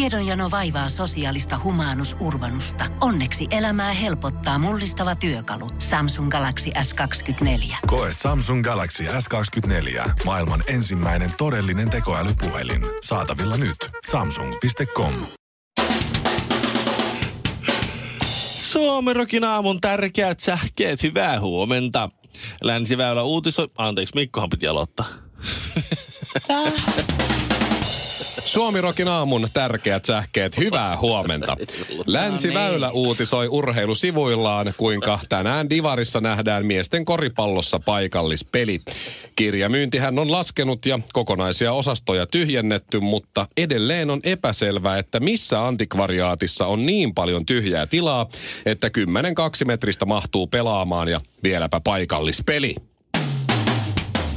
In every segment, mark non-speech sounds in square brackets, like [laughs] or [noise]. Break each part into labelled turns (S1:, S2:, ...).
S1: Tiedonjano vaivaa sosiaalista humanus urbanusta. Onneksi elämää helpottaa mullistava työkalu. Samsung Galaxy S24.
S2: Koe Samsung Galaxy S24. Maailman ensimmäinen todellinen tekoälypuhelin. Saatavilla nyt. Samsung.com.
S3: Suomerokin aamun tärkeät sähkeet, hyvää huomenta. Länsiväylä uutisoi... Anteeksi, Mikkohan piti aloittaa.
S4: Suomirokin aamun tärkeät sähkeet, hyvää huomenta. Länsiväylä uutisoi urheilusivuillaan, kuinka tänään Divarissa nähdään miesten koripallossa paikallispeli. Kirjamyyntihän on laskenut ja kokonaisia osastoja tyhjennetty, mutta edelleen on epäselvää, että missä antikvariaatissa on niin paljon tyhjää tilaa, että 10 metristä mahtuu pelaamaan ja vieläpä paikallispeli.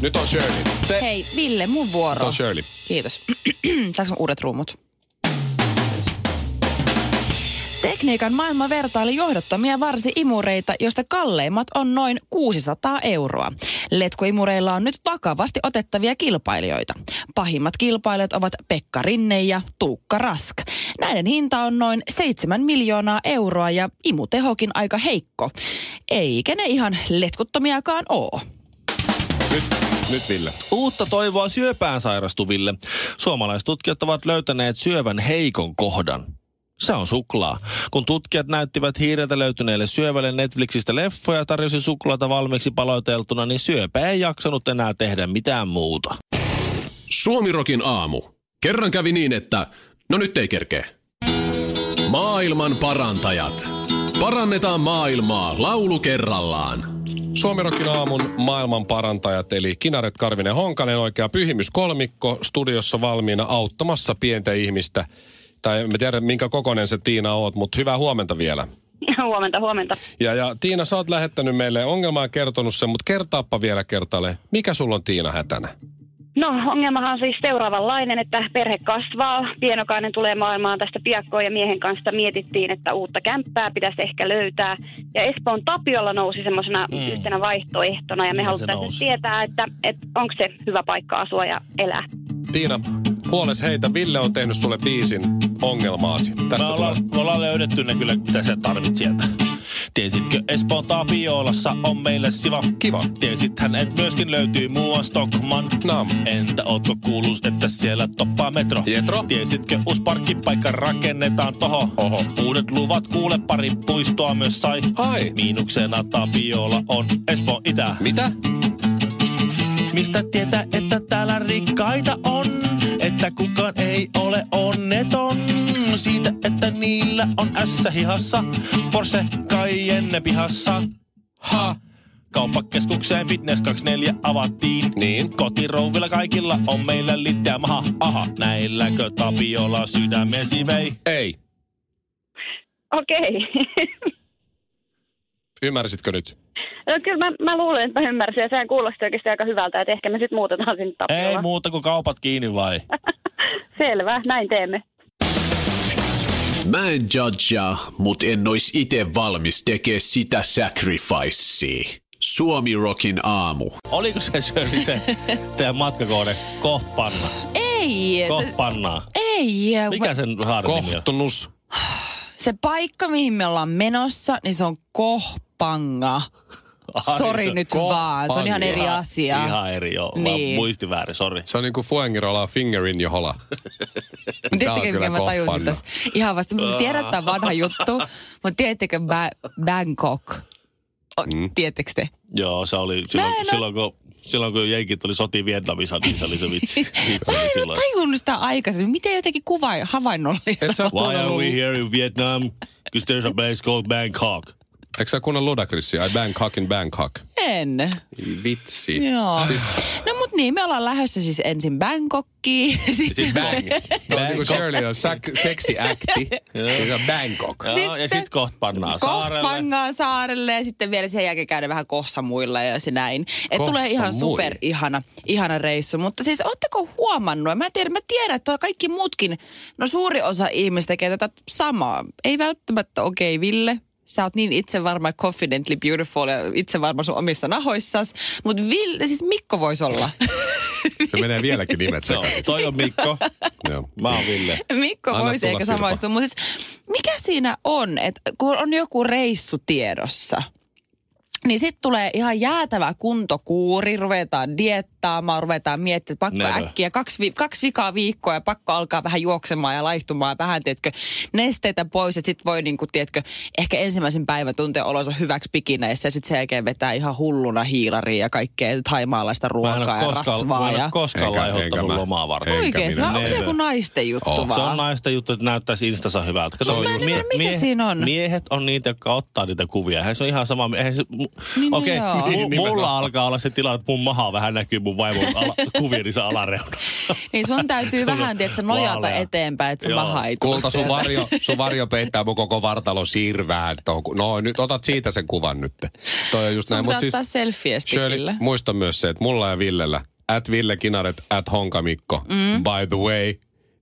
S4: Nyt on Shirley. Te.
S5: Hei, Ville, mun
S4: Nyt
S5: vuoro.
S4: on Shirley.
S5: Kiitos. [clears throat] Tässä on uudet ruumut. Tekniikan maailma vertaili johdottomia varsiimureita, joista kalleimmat on noin 600 euroa. Letkuimureilla on nyt vakavasti otettavia kilpailijoita. Pahimmat kilpailijat ovat Pekka Rinne ja Tuukka Rask. Näiden hinta on noin 7 miljoonaa euroa ja imutehokin aika heikko. Eikä ne ihan letkuttomiakaan oo.
S4: Nyt, nyt Ville.
S3: Uutta toivoa syöpään sairastuville. Suomalaistutkijat ovat löytäneet syövän heikon kohdan. Se on suklaa. Kun tutkijat näyttivät hiireltä löytyneelle syövälle Netflixistä leffoja ja tarjosi suklaata valmiiksi paloiteltuna, niin syöpä ei jaksanut enää tehdä mitään muuta.
S6: Suomirokin aamu. Kerran kävi niin, että no nyt ei kerkee. Maailman parantajat. Parannetaan maailmaa laulu kerrallaan.
S4: Suomirokin aamun maailman parantajat eli Kinaret Karvinen Honkanen, oikea pyhimyskolmikko, studiossa valmiina auttamassa pientä ihmistä. Tai en mä tiedä, minkä kokonen se Tiina oot, mutta hyvää huomenta vielä.
S7: Huomenta, huomenta.
S4: Ja, ja Tiina, sä oot lähettänyt meille ongelmaa ja kertonut sen, mutta kertaappa vielä kertaalle. Mikä sulla on Tiina hätänä?
S7: No ongelmahan on siis seuraavanlainen, että perhe kasvaa, pienokainen tulee maailmaan tästä piakkoon ja miehen kanssa mietittiin, että uutta kämppää pitäisi ehkä löytää. Ja Espoon Tapiolla nousi semmoisena
S3: Mm.
S7: mm. yhtenä vaihtoehtona ja me
S3: Miten se
S7: halutaan nyt
S3: nousi?
S7: tietää, että, että onko se hyvä paikka asua ja elää.
S4: Tiina, huoles heitä. Ville on tehnyt sulle biisin ongelmaasi. Tästä
S3: Me ollaan,
S4: tulee.
S3: me ollaan löydetty ne kyllä, mitä sä tarvit sieltä. Tiesitkö, Espoon Tapiolassa on meille siva.
S4: Kiva.
S3: Tiesithän, että myöskin löytyy mua Stockman.
S4: Nam.
S3: Entä ootko kuullut, että siellä toppaa metro?
S4: Jetro.
S3: Tiesitkö, uusi parkkipaikka rakennetaan toho?
S4: Oho.
S3: Uudet luvat kuule pari puistoa myös sai.
S4: Ai.
S3: Miinuksena Tapiola on Espoon itä.
S4: Mitä?
S3: Mistä tietää, että täällä rikkaita on? Että kukaan ei ole onneton. Siitä, että niillä on ässä hihassa. Porsche Cayenne pihassa.
S4: Ha.
S3: Kauppakeskukseen Fitness 24 avattiin.
S4: Niin.
S3: Kotirouvilla kaikilla on meillä litteä maha. Aha, näilläkö Tapiola sydämesi vei?
S4: Ei.
S7: Okei. [laughs]
S4: Ymmärsitkö nyt?
S7: no kyllä mä, mä luulen, että mä ymmärsin ja sehän kuulosti oikeasti aika hyvältä, että ehkä me sitten muutetaan sinne
S3: Ei
S7: Tapiolaan.
S3: muuta kuin kaupat kiinni vai?
S7: Selvä, näin teemme.
S6: Mä en judgea, mut en ois ite valmis tekee sitä sacrificea. Suomirokin aamu.
S3: Oliko se Shirley se
S5: [laughs]
S3: teidän matkakohde? Koht panna.
S5: Ei,
S3: Koht pannaa.
S5: ei.
S3: Mikä sen haarin nimi on?
S4: Kohtunus.
S5: Se paikka, mihin me ollaan menossa, niin se on kohpanga.
S3: Haarin
S5: Sori
S3: se-
S5: nyt
S4: Kohpanga.
S5: vaan, se on ihan eri
S3: Ihan-
S5: asia.
S3: Ihan eri, joo. Niin.
S5: Niin.
S3: Muistiväärin, sori.
S4: Se on niin kuin Fuengirola finger in your hola.
S5: Mut
S4: Tää on
S5: Tiedättekö,
S4: kyllä
S5: mikä mä tajusin
S4: kohpanga.
S5: tässä? Ihan vasta, mä tiedän, että tämä on vanha juttu, mutta tiedättekö ba- Bangkok? O, Tiedättekö te?
S3: Joo, se oli silloin,
S5: Mä en oo-
S3: silloin, kun, silloin kun jenkit oli soti Vietnamissa, niin se oli se vitsi. vitsi
S5: [laughs]
S3: oli
S5: Mä en ole
S3: silloin.
S5: tajunnut sitä aikaisemmin. Miten jotenkin kuva
S4: Et
S5: havainnollista?
S3: [laughs]
S4: sä
S3: Why are
S4: kuunnellut-
S3: we here in Vietnam? Because there's a place called Bangkok.
S4: Eikö sä kuunnellut Ludacrisia? I Bangkok in Bangkok.
S5: En.
S4: Vitsi.
S5: Joo.
S4: Siis,
S5: No mut niin, me ollaan lähdössä siis ensin [laughs] Bangkokkiin.
S3: Sitten bang.
S4: no, niin kuin Shirley on sak-
S3: [laughs]
S4: seksiakti. Se Siis on Bangkok.
S3: Joo, ja sitten koht pannaan saarelle.
S5: Kohpangaan saarelle ja sitten vielä sen jälkeen käydä vähän kohsamuilla ja se näin. Et tulee
S4: Kohsamui.
S5: ihan super ihana, ihana reissu. Mutta siis ootteko huomannut, mä tiedän, mä tiedän, että kaikki muutkin, no suuri osa ihmistä tekee tätä samaa. Ei välttämättä, okei okay, Ville, sä oot niin itsevarma, confidently beautiful ja itsevarma sun omissa nahoissas. Mutta Vil, siis Mikko voisi olla.
S4: Se menee vieläkin nimet
S3: Joo,
S4: sekaisin.
S3: toi on Mikko.
S4: Joo.
S3: Mä oon Ville.
S5: Mikko
S4: Anna
S5: voisi
S4: tulla,
S5: ehkä
S4: Sirpa.
S5: samaistua. Mutta siis, mikä siinä on, että kun on joku reissu tiedossa, niin sitten tulee ihan jäätävä kuntokuuri, ruvetaan diettaamaan, ruvetaan miettimään, että pakko
S3: Never.
S5: äkkiä, kaksi, vi- kaksi vikaa viikkoa ja pakko alkaa vähän juoksemaan ja laihtumaan, vähän, tiedätkö, nesteitä pois, että sitten voi, niinku, tiedätkö, ehkä ensimmäisen päivän tuntea olonsa hyväksi pikineissä ja sitten sen jälkeen vetää ihan hulluna hiilaria ja kaikkea taimaalaista
S3: Mä en
S5: ruokaa
S3: ole
S5: ja
S3: koskaan, mä
S5: rasvaa.
S3: en
S5: Ja...
S3: ole koskaan
S4: Enkä-
S3: aiheuttanut
S4: enkä mä.
S3: lomaa varten.
S4: Ei. enkä
S5: Oikeesti,
S4: minä.
S5: vai onko se joku
S3: Never.
S5: naisten juttu
S4: Oo.
S5: vaan?
S3: Oh, Se on naisten juttu, että näyttäisi Instassa hyvältä.
S4: Se on
S3: mie-
S4: just
S5: se. Mikä siinä on?
S3: Miehet on niitä, jotka ottaa niitä kuvia. Eihän se on ihan sama. Eihän se, mu-
S5: Niin,
S3: Okei, [laughs]
S5: joo.
S3: mu-
S4: Niin, nimenomaan.
S3: mulla alkaa olla se tilanne, että mun maha vähän näkyy mun vaimon ala, [laughs] kuvien niissä alareunalla.
S5: Niin
S3: [laughs]
S5: sun täytyy
S3: Sulla on
S5: vähän, tiedätkö, nojata
S3: vaalea.
S5: eteenpäin, että se
S3: Joo.
S5: maha ei tule
S4: Kulta, sun
S5: sieltä.
S4: varjo, sun varjo peittää mun koko vartalon sirvään. tohon ku- No nyt otat siitä sen kuvan nyt. Toi on just
S5: Sun
S4: näin. Mut
S5: pitää
S4: siis,
S5: ottaa selfie
S4: Shirley,
S5: stickillä.
S4: muista myös se, että mulla ja Villellä, at Ville Kinaret, at Honkamikko, mm. by the way,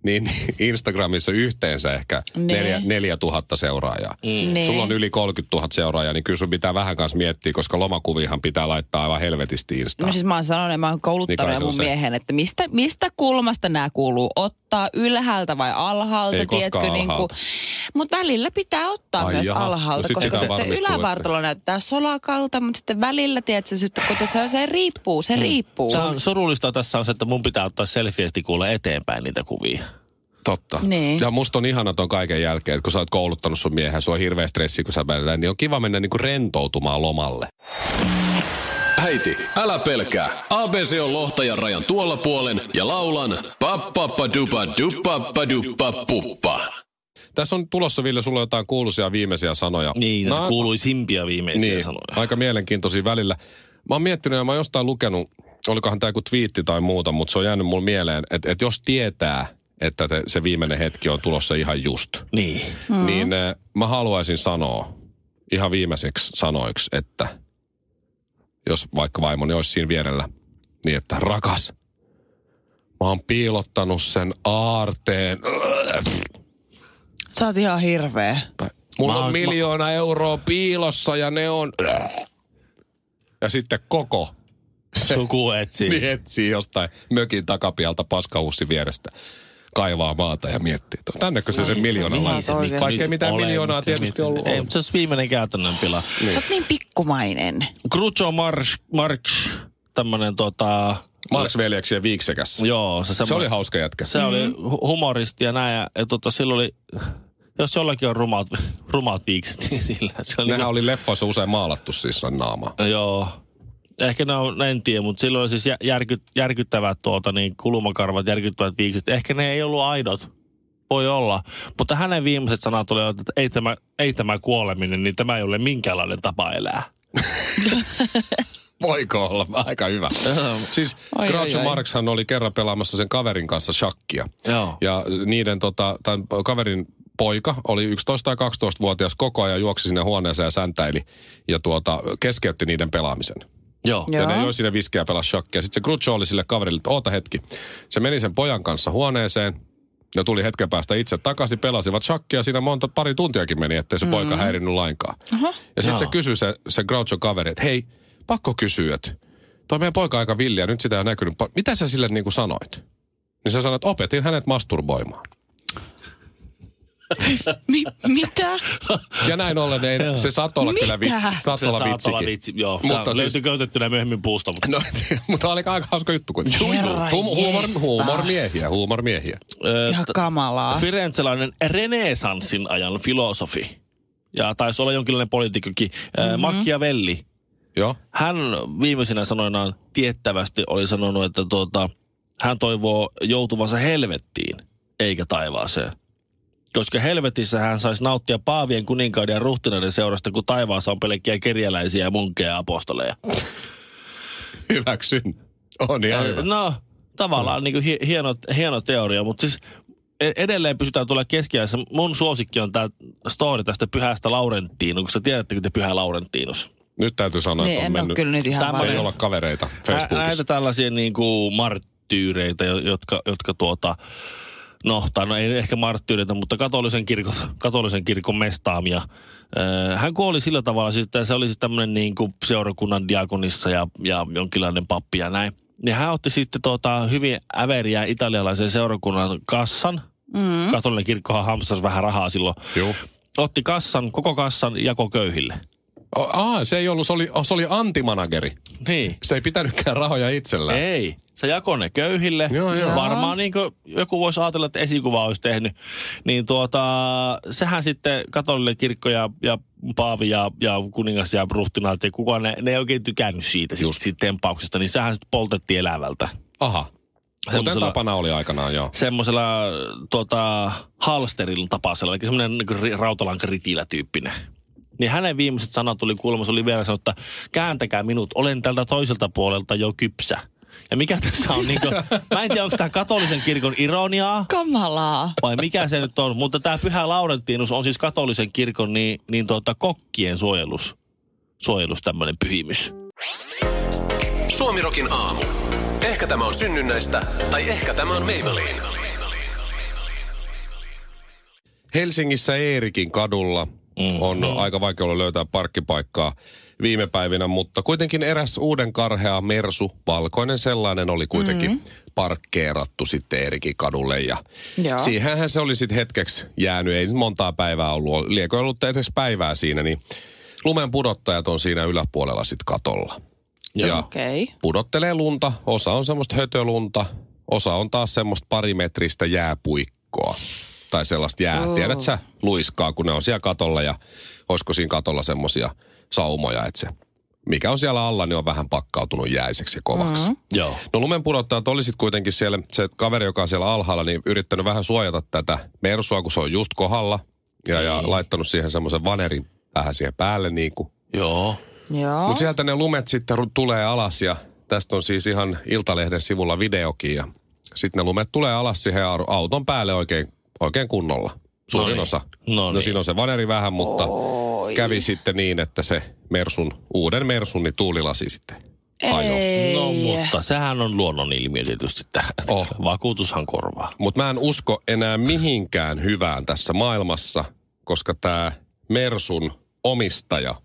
S4: niin [laughs] Instagramissa yhteensä ehkä
S5: Ne.
S4: neljä, neljä tuhatta seuraajaa.
S5: Ne.
S4: mm, Sulla on yli 30 000 seuraajaa, niin kyllä sun pitää vähän kanssa miettiä, koska lomakuvihan pitää laittaa aivan helvetisti Instaan.
S5: No siis mä oon sanonut ja mä oon kouluttanut
S4: Niin kai
S5: ja
S4: se on
S5: mun
S4: se.
S5: miehen, että mistä, mistä kulmasta nämä kuuluu ottaa, ylhäältä vai alhaalta,
S4: Ei koskaan
S5: tiedätkö? Niin
S4: alhaalta.
S5: Mutta välillä pitää ottaa
S4: Ai
S5: myös
S4: jaha. No
S5: alhaalta,
S4: sit
S5: koska
S4: pitää
S5: sitten
S4: varmistua,
S5: ylävartalo näyttää solakalta, mutta sitten välillä, tiedätkö, sitten kun se, se riippuu,
S4: Mm.
S5: se riippuu.
S3: Se on surullista tässä on se, että mun pitää ottaa selfie-tikulle eteenpäin niitä kuvia.
S4: Totta.
S5: Niin.
S4: Ja musta on ihana ton kaiken jälkeen, että kun sä oot kouluttanut sun miehen, sua on hirveä stressi, kun sä mennään, niin on kiva mennä niinku rentoutumaan lomalle.
S6: Äiti, älä pelkää. ABC on lohtajan rajan tuolla puolen ja laulan pappappadupa dupappaduppa puppa.
S4: Tässä on tulossa, Ville, sulla jotain kuuluisia viimeisiä sanoja.
S3: Niin, no,
S4: Nää-
S3: kuuluisimpia viimeisiä
S4: niin,
S3: sanoja.
S4: aika mielenkiintoisia välillä. Mä oon miettinyt ja mä oon jostain lukenut, olikohan tämä joku twiitti tai muuta, mutta se on jäänyt mulle mieleen, että, että jos tietää, että te, se viimeinen hetki on tulossa ihan just,
S3: Niin.
S4: mm. niin äh, mä haluaisin sanoa ihan viimeiseksi sanoiksi, että jos vaikka vaimoni olisi siinä vierellä, niin että rakas, mä oon piilottanut sen aarteen.
S5: Sä oot ihan hirveä.
S4: Tai, mulla
S3: Mä
S4: on
S3: oon-
S4: miljoona euroa piilossa ja ne on... Ja sitten koko
S3: Suku etsii.
S4: niin etsii jostain mökin takapialta paskahuussin vierestä kaivaa maata ja miettii, että tännekö se sen miljoona
S3: Mihin
S4: laittaa.
S3: No se nyt-
S4: Vaikkei
S3: nyt
S4: mitään
S3: ole,
S4: miljoonaa
S3: mikä
S4: tietysti
S3: nyt-
S4: ollut.
S3: Ei, mutta se olisi viimeinen käytännön pila.
S5: Sä oot niin
S4: [laughs]
S5: pikkumainen.
S3: Grucho Marx, Marx tämmönen tota...
S4: Marks veljeksi ja viiksekäs.
S3: Joo, se,
S4: Se
S3: semmo-
S4: oli Mm-hmm. hauska jätkä.
S3: se oli hu- humoristi ja näin. Ja, ja tota, sillä oli, jos jollakin on rumat, rumat viikset, [laughs] niin sillä se oli...
S4: Nehän oli leffoissa usein maalattu siis sen naamaa.
S3: Joo. Ehkä ne on, en tiedä, mutta silloin oli siis jä- järky, järkyttävät tuota, niin kulmakarvat, järkyttävät viikset. Ehkä ne ei ollut aidot. Voi olla. Mutta hänen viimeiset sanat olivat, että ei tämä, ei tämä kuoleminen, niin tämä ei ole minkäänlainen tapa elää.
S4: Voiko olla? Aika hyvä. siis
S5: Ai,
S4: Groucho
S5: ai, ai.
S4: Marxhan oli kerran pelaamassa sen kaverin kanssa shakkia.
S3: Joo.
S4: Ja niiden tota, tämän kaverin poika oli 11 tai 12-vuotias koko ajan juoksi sinne huoneeseen ja säntäili ja tuota, keskeytti niiden pelaamisen.
S3: Joo.
S5: Joo.
S4: Ja ne joi siinä viskiä ja pelasi shakkia. Sitten se Grucho oli sille kaverille, että oota hetki. Se meni sen pojan kanssa huoneeseen. Ne tuli hetken päästä itse takaisin, pelasivat shakkia. Siinä monta, pari tuntiakin meni, ettei se mm. poika häirinnyt lainkaan. Ja sitten se
S3: Joo.
S4: kysyi se, se Groucho kaveri, että hei, pakko kysyä, että toi meidän poika aika villiä, nyt sitä ei ole näkynyt. Pa- Mitä sä sille niin kuin sanoit? Niin sä sanoit, että opetin hänet masturboimaan.
S5: Mi- mitä?
S4: Ja näin ollen ei, se saattoi olla kyllä
S5: Mitä?
S4: vitsi. Saattoi olla
S3: Saattaa olla
S4: vitsikin.
S3: vitsi. Joo,
S4: Mutta
S3: mutta
S4: siis-
S3: siis... löytyi köytettynä myöhemmin puusta, mutta
S4: No, [laughs] mutta oli aika hauska juttu kuitenkin.
S5: Herra
S4: Huum- huumor,
S5: jestas.
S4: huumormiehiä, huumormiehiä.
S3: Ö,
S5: Ihan
S3: t-
S5: kamalaa.
S3: Firenzelainen renesanssin ajan filosofi. Ja taisi olla jonkinlainen poliitikkokin, mm-hmm. Machiavelli.
S4: Joo. [laughs]
S3: Hän viimeisinä sanoinaan tiettävästi oli sanonut, että tuota, hän toivoo joutuvansa helvettiin, eikä taivaaseen. Koska helvetissä hän saisi nauttia paavien kuninkaiden ja ruhtinaiden seurasta, kun taivaassa on pelkkiä kerjäläisiä ja munkkeja ja apostoleja.
S4: Hyväksyn. On ihan Niin, hyvä.
S3: No, tavallaan niin hie- hieno, hieno teoria, mutta siis e- edelleen pysytään tuolla keskiajassa. Mun suosikki on tämä story tästä pyhästä Laurenttiinuksesta. Tiedättekö te pyhä Laurenttiinus?
S4: Nyt täytyy sanoa,
S5: Niin,
S4: että on
S5: en ole
S4: mennyt.
S5: kyllä nyt ihan
S3: Tämmönen-
S5: varma.
S4: Ei olla kavereita
S3: Nä- Näitä
S4: Facebookissa.
S3: tällaisia niin kuin marttyyreitä, jo- jotka, jotka tuota, no, tai no ei ehkä marttyydetä, mutta katolisen kirkon, katolisen kirkon mestaamia. Öö, hän kuoli sillä tavalla, siis että se oli siis tämmöinen niin kuin seurakunnan diakonissa ja, ja jonkinlainen pappi ja näin. Niin hän otti sitten tota, hyvin äveriä italialaisen seurakunnan kassan. Mm. Katolinen kirkkohan hamstasi vähän rahaa silloin.
S4: Joo.
S3: Otti kassan, koko kassan jako köyhille.
S4: O- Aa, se ei ollut, se oli, se oli antimanageri.
S3: Niin.
S4: Se ei pitänytkään rahoja itsellään.
S3: Ei, se jakoi ne köyhille.
S4: Joo, joo.
S3: Varmaan niin kuin joku voisi ajatella, että esikuva olisi tehnyt. Niin tuota, sehän sitten katolinen kirkko ja, ja paavi ja, ja kuningas ja ruhtinaat ja kukaan, ne, ne ei oikein tykännyt siitä, siitä, siitä tempauksesta. Niin sehän sitten poltettiin elävältä.
S4: Aha. Kuten
S3: Semmoisella-
S4: tapana oli aikanaan, joo.
S3: semmoisella tota, halsterilla tapaisella, eli semmoinen niin rautalankaritillä tyyppinen. Niin hänen viimeiset sanat tuli kuulemma, se oli vielä sanonut, että kääntäkää minut, olen tältä toiselta puolelta jo kypsä. Ja mikä tässä on, niin kuin, mä en tiedä, onko tämä katolisen kirkon ironiaa
S5: Kamalaa.
S3: vai mikä se nyt on, mutta tämä pyhä Laurentinus on siis katolisen kirkon niin, niin tuota, kokkien suojelus, suojelus tämmöinen pyhimys.
S6: Suomirokin aamu. Ehkä tämä on synnynnäistä, tai ehkä tämä on Maybelline.
S4: Helsingissä Eerikin kadulla on
S5: Niin.
S4: aika vaikea ollut löytää parkkipaikkaa viime päivinä, mutta kuitenkin eräs uuden karhea Mersu, valkoinen sellainen, oli kuitenkin parkkeerattu sitten Eerikin kadulle. Ja
S5: Mm-hmm. Joo.
S4: siihenhän se oli sitten hetkeksi jäänyt, ei nyt montaa päivää ollut, liekö ollut edes päivää siinä, niin lumen pudottajat on siinä yläpuolella sitten katolla. Ja, ja
S5: Okei. Okay.
S4: pudottelee lunta, osa on semmoista hötölunta, osa on taas semmoista parimetristä jääpuikkoa. Tai sellaista jää,
S5: Oo.
S4: oh. tiedät sä, luiskaa, kun ne on siellä katolla ja olisiko siinä katolla semmoisia saumoja, että se mikä on siellä alla, niin on vähän pakkautunut jäiseksi ja kovaksi. Mm-hmm.
S3: Joo.
S4: No lumen pudottajat olisit kuitenkin siellä, se kaveri, joka on siellä alhaalla, niin yrittänyt vähän suojata tätä mersua, kun se on just kohdalla. Ja, ja laittanut siihen semmoisen vanerin vähän siihen päälle niin kuin
S3: Joo.
S5: Joo.
S4: mutta sieltä ne lumet sitten ru- tulee alas ja tästä on siis ihan Iltalehden sivulla videokin ja sitten ne lumet tulee alas siihen ar- auton päälle oikein, oikein kunnolla. Suurin
S3: Noniin.
S4: osa.
S3: Noniin.
S4: No siinä on se vaneri vähän, mutta
S5: Oi.
S4: kävi sitten niin, että se Mersun, uuden Mersun, niin tuulilasi sitten hajos.
S5: Ei.
S3: No mutta sehän on luonnonilmiö tietysti tähän.
S4: Oh.
S3: Vakuutushan korvaa.
S4: Mutta mä en usko enää mihinkään hyvään tässä maailmassa, koska tämä Mersun omistaja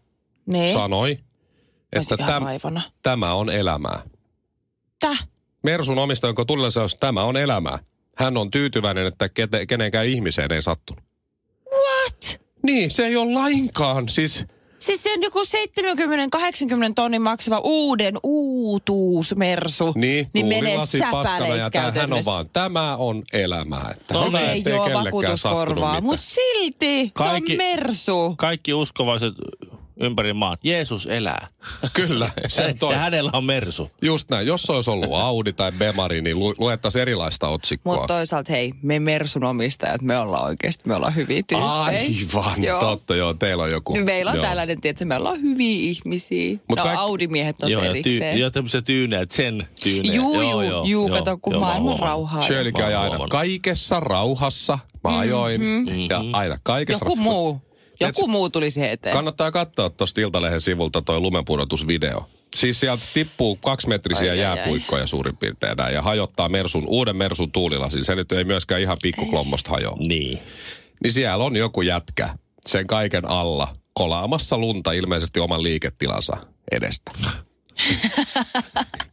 S5: Niin.
S4: sanoi,
S5: Olisi
S4: että
S5: ihan
S4: täm,
S5: raivona.
S4: tämä on elämää.
S5: Täh?
S4: Mersun omistaja, jonka tulilaisuus tämä on elämää. Hän on tyytyväinen, että kete, kenenkään ihmiseen ei sattunut.
S5: What?
S4: Niin, se ei ole lainkaan. Siis
S5: Siis se on joku 70-80 tonnin maksava uuden uutuusmersu.
S4: niin,
S5: niin menee
S4: tuulilasi paskana ja
S5: säpäleiksi
S4: tää- hän on
S5: käytännössä.
S4: vaan, No tämä on elämää. Että
S3: Tolle
S4: hyvä,
S5: ei
S4: ettei
S5: joo
S4: kellekään sattunut
S5: vakuutuskorvaa,
S4: mitään.
S5: mutta silti
S3: Kaikki-
S5: se on mersu.
S3: kaikki uskovaiset ympäri maan, Jeesus elää.
S4: Kyllä, sen toi.
S3: ja hänellä on mersu.
S4: Just näin, jos se olisi ollut Audi tai Bemari, niin lu, luettaisiin erilaista otsikkoa.
S5: Mutta toisaalta hei, me mersun omistajat, me ollaan oikeasti, me ollaan hyviä tyyppejä.
S4: Aivan, joo.
S5: Joo.
S4: totta joo, teillä on joku.
S5: Nyt Meillä on
S4: joo.
S5: tällainen, tietysti, me ollaan hyviä ihmisiä.
S4: Mut
S5: Mut no,
S4: kaik-
S5: Audi-miehet on
S3: joo, ja,
S5: erikseen.
S3: ja tämmöisiä tyynejä, sen tyynejä.
S5: Juu, juu, juu, juu, kato, kun
S3: mä oon
S5: maailman
S3: huomannut.
S5: rauhaa.
S4: Shirley käy
S3: Mä oon
S4: aina
S3: huomannut.
S4: kaikessa rauhassa. Mä ajoin mm-hmm. ja aina kaikessa
S5: Joku
S4: ra-
S5: muu. Joku
S4: Tiedätkö-
S5: muu tuli siihen eteen.
S4: Kannattaa katsoa tuosta Iltalehen sivulta toi lumenpudotusvideo. Siis sieltä tippuu kaksimetrisiä ai,
S5: Ai, ai, ai.
S4: jääpuikkoja suurin piirtein näin, ja hajottaa Mersun, uuden Mersun tuulilasin. Se nyt ei myöskään ihan pikkuklommosta hajoa.
S3: Niin.
S4: Niin siellä on joku jätkä sen kaiken alla kolaamassa lunta ilmeisesti oman liiketilansa edestä.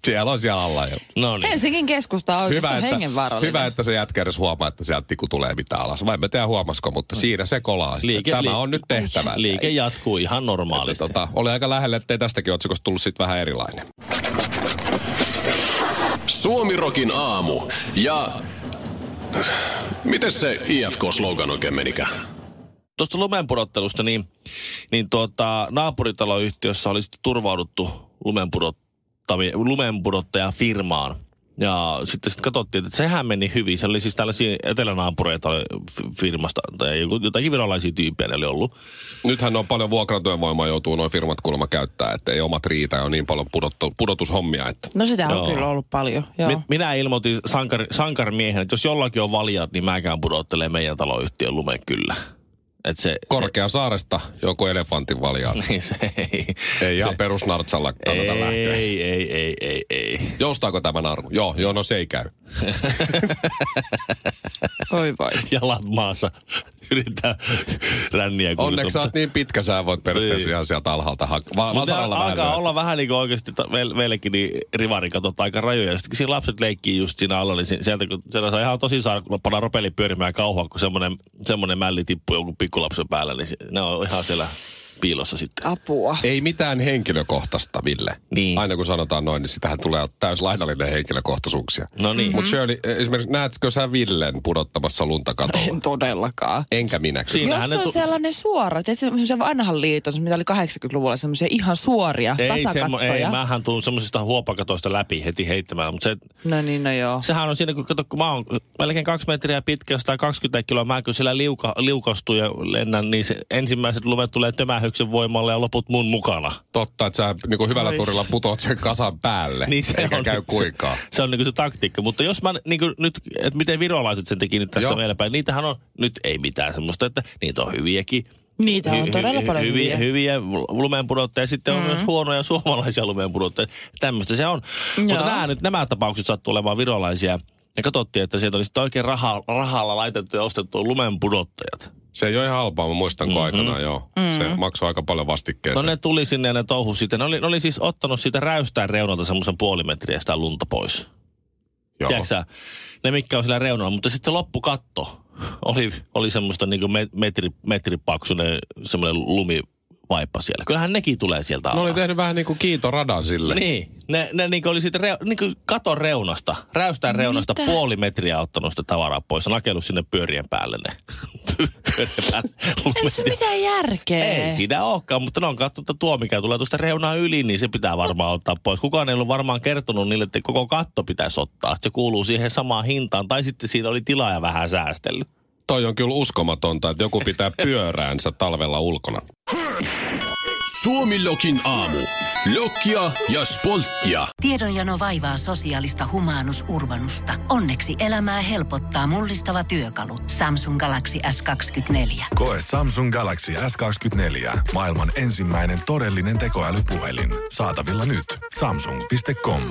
S4: siellä on siellä alla jo.
S3: No niin.
S5: Helsingin keskusta on
S4: Hyvä
S5: oikeastaan
S4: että,
S5: hengenvaarallinen.
S4: hyvä, että se jätkä edes huomaa, että sieltä tiku tulee mitään alas. Vai en mä tiedä huomasiko, mutta siinä se kolaa. sitten.
S3: Liike-
S4: Tämä
S3: liike-
S4: on nyt tehtävä.
S3: Liike jatkuu ihan normaalisti.
S4: Tota, oli aika lähellä, ettei tästäkin otsikosta tullut sitten vähän erilainen.
S6: Suomirokin aamu. Ja... Miten se IFK-slogan oikein menikään?
S3: Tuosta lumenpudottelusta, niin, niin tuota, naapuritaloyhtiössä oli sitten turvauduttu lumenpudottami- lumenpudottajafirmaan. Ja sitten sitten katsottiin, että sehän meni hyvin. Se oli siis tällaisia etelänaapureita oli f- firmasta, tai joku- jotakin virolaisia tyyppejä ne oli ollut.
S4: Nythän on paljon vuokratyövoimaa joutuu noin firmat kuulemma käyttää, että ei omat riitä ja on niin paljon pudottu, pudotushommia, että
S5: No sitä on
S3: Joo.
S5: kyllä ollut paljon, joo.
S3: Mi- minä ilmoitin sankar, sankarmiehen, että jos jollakin on valjat, niin mäkään pudottelee meidän taloyhtiön lumen kyllä. Et se, [laughs]
S4: Korkeasaaresta joku elefantin [laughs] valjaa.
S3: se, niin se ei.
S4: Ei ihan perusnartsalla kannata
S3: ei,
S4: lähteä.
S3: ei, ei, ei, ei, ei.
S4: Joustaako tämä naru? Joo, joo, no se ei käy.
S5: Oi voi.
S3: Jalat maassa. [laughs] Yrittää ränniä
S4: Onneksi sä oot niin pitkä, sä voit periaatteessa
S3: Niin.
S4: ihan sieltä alhaalta hakea. Va-
S3: Mutta
S4: vasaralla
S3: alkaa
S4: vähän
S3: olla vähän niin kuin oikeasti ta- meil- meillekin niin rivari katsotaan aika rajoja. Sitten kun siinä lapset leikkii just siinä alla, niin si- sieltä kun siellä saa ihan tosi saada, kun pannaan ropeli pyörimään kauhaa, kun semmoinen, semmoinen mälli tippuu jonkun pikkulapsen päällä, niin se, ne on ihan siellä piilossa sitten.
S5: Apua.
S4: Ei mitään henkilökohtaista, Ville.
S3: Niin.
S4: Aina kun sanotaan noin, niin sitähän tulee täys lainallinen henkilökohtaisuuksia.
S3: No niin.
S4: Mutta Shirley, e, esimerkiksi näetkö sä Villen pudottamassa lunta
S5: En
S4: katolla?
S5: todellakaan.
S4: Enkä minä kyllä.
S3: Siinä-
S5: Jos
S3: Kyllähän ne
S5: on
S3: Niin, tu-
S5: sellainen suora, tiedätkö, semmoisen vanhan liiton, mitä oli 80-luvulla, semmoisia ihan suoria
S3: Ei, semmo,
S5: tasakattoja.
S3: ei, mähän tuun semmoisista huopakatoista läpi heti heittämään, mutta se,
S5: No niin, no joo.
S3: sehän on siinä, kun, kato, kun mä oon melkein kaksi metriä pitkä, 120 kiloa, mä kyllä siellä liuka, liukastuu ja lennän, niin se, ensimmäiset lumet tulee tömähyksen voimalle ja loput mun mukana.
S4: Totta, että sä niinku hyvällä turilla putoat sen kasan päälle,
S3: Niin se
S4: eikä
S3: on
S4: käy
S3: nyt se-
S4: kuinkaan.
S3: Se on niin se taktiikka. Mutta jos mä niin nyt, että miten virolaiset sen teki nyt tässä
S4: Joo.
S3: meillä päin, niitähän on nyt ei mitään semmoista, että niitä on hyviäkin.
S5: Niitä on
S3: Hy-
S5: todella
S3: hy-
S5: paljon
S3: hyviä.
S5: hyviä. Mm.
S3: Hyviä lumeenpudottajia, sitten on myös huonoja suomalaisia lumeenpudottajia. Tämmöistä se on. Mutta
S5: Joo.
S3: nämä, nyt, nämä tapaukset sattuu olemaan virolaisia. Ja katsottiin, että sieltä oli sitten oikein raha, rahalla laitettu ja ostettu lumenpudottajat.
S4: Se ei ole ihan halpaa, mä muistan mm-hmm. aikana, joo. Mm-hmm. Se maksoi aika paljon
S3: No
S4: vastikkeeseen.
S3: ne tuli sinne ja ne touhu sitten. Ne oli, ne oli siis ottanut siitä räystään reunalta semmoisen puoli metriä sitä lunta pois.
S4: joo.
S3: Tiedätkö sä, ne mitkä on siellä reunalla, mutta sitten se loppukatto oli, oli semmoista niinku me- metri, metripaksunen semmoinen lumivaippa siellä. Kyllähän nekin tulee sieltä
S4: Ne oli
S3: alas.
S4: tehnyt vähän niinku kiitoradan sille.
S3: Niin, ne, ne niinku oli siitä reu, niinku katon reunasta, räystään reunasta
S5: Mitä?
S3: puoli metriä ottanut sitä tavaraa pois ja nakellut sinne pyörien päälle ne. [laughs] pyörien päälle.
S5: Ei se mitään järkeä.
S3: Ei siinä olekaan, mutta ne on katsonut, että tuo mikä tulee tuosta reunaa yli, niin se pitää varmaan ottaa pois. Kukaan ei ollut varmaan kertonut niille, että koko katto pitäisi ottaa. että Se kuuluu siihen samaan hintaan, tai sitten siinä oli tilaaja vähän säästellyt.
S4: Toi on kyllä uskomatonta, että joku pitää pyöräänsä talvella ulkona.
S6: Suomilokin aamu. Lokkia ja spolttia.
S1: Tiedonjano vaivaa sosiaalista humanus urbanusta. Onneksi elämää helpottaa mullistava työkalu. Samsung Galaxy S24.
S2: Koe Samsung Galaxy S24. Maailman ensimmäinen todellinen tekoälypuhelin. Saatavilla nyt. Samsung.com.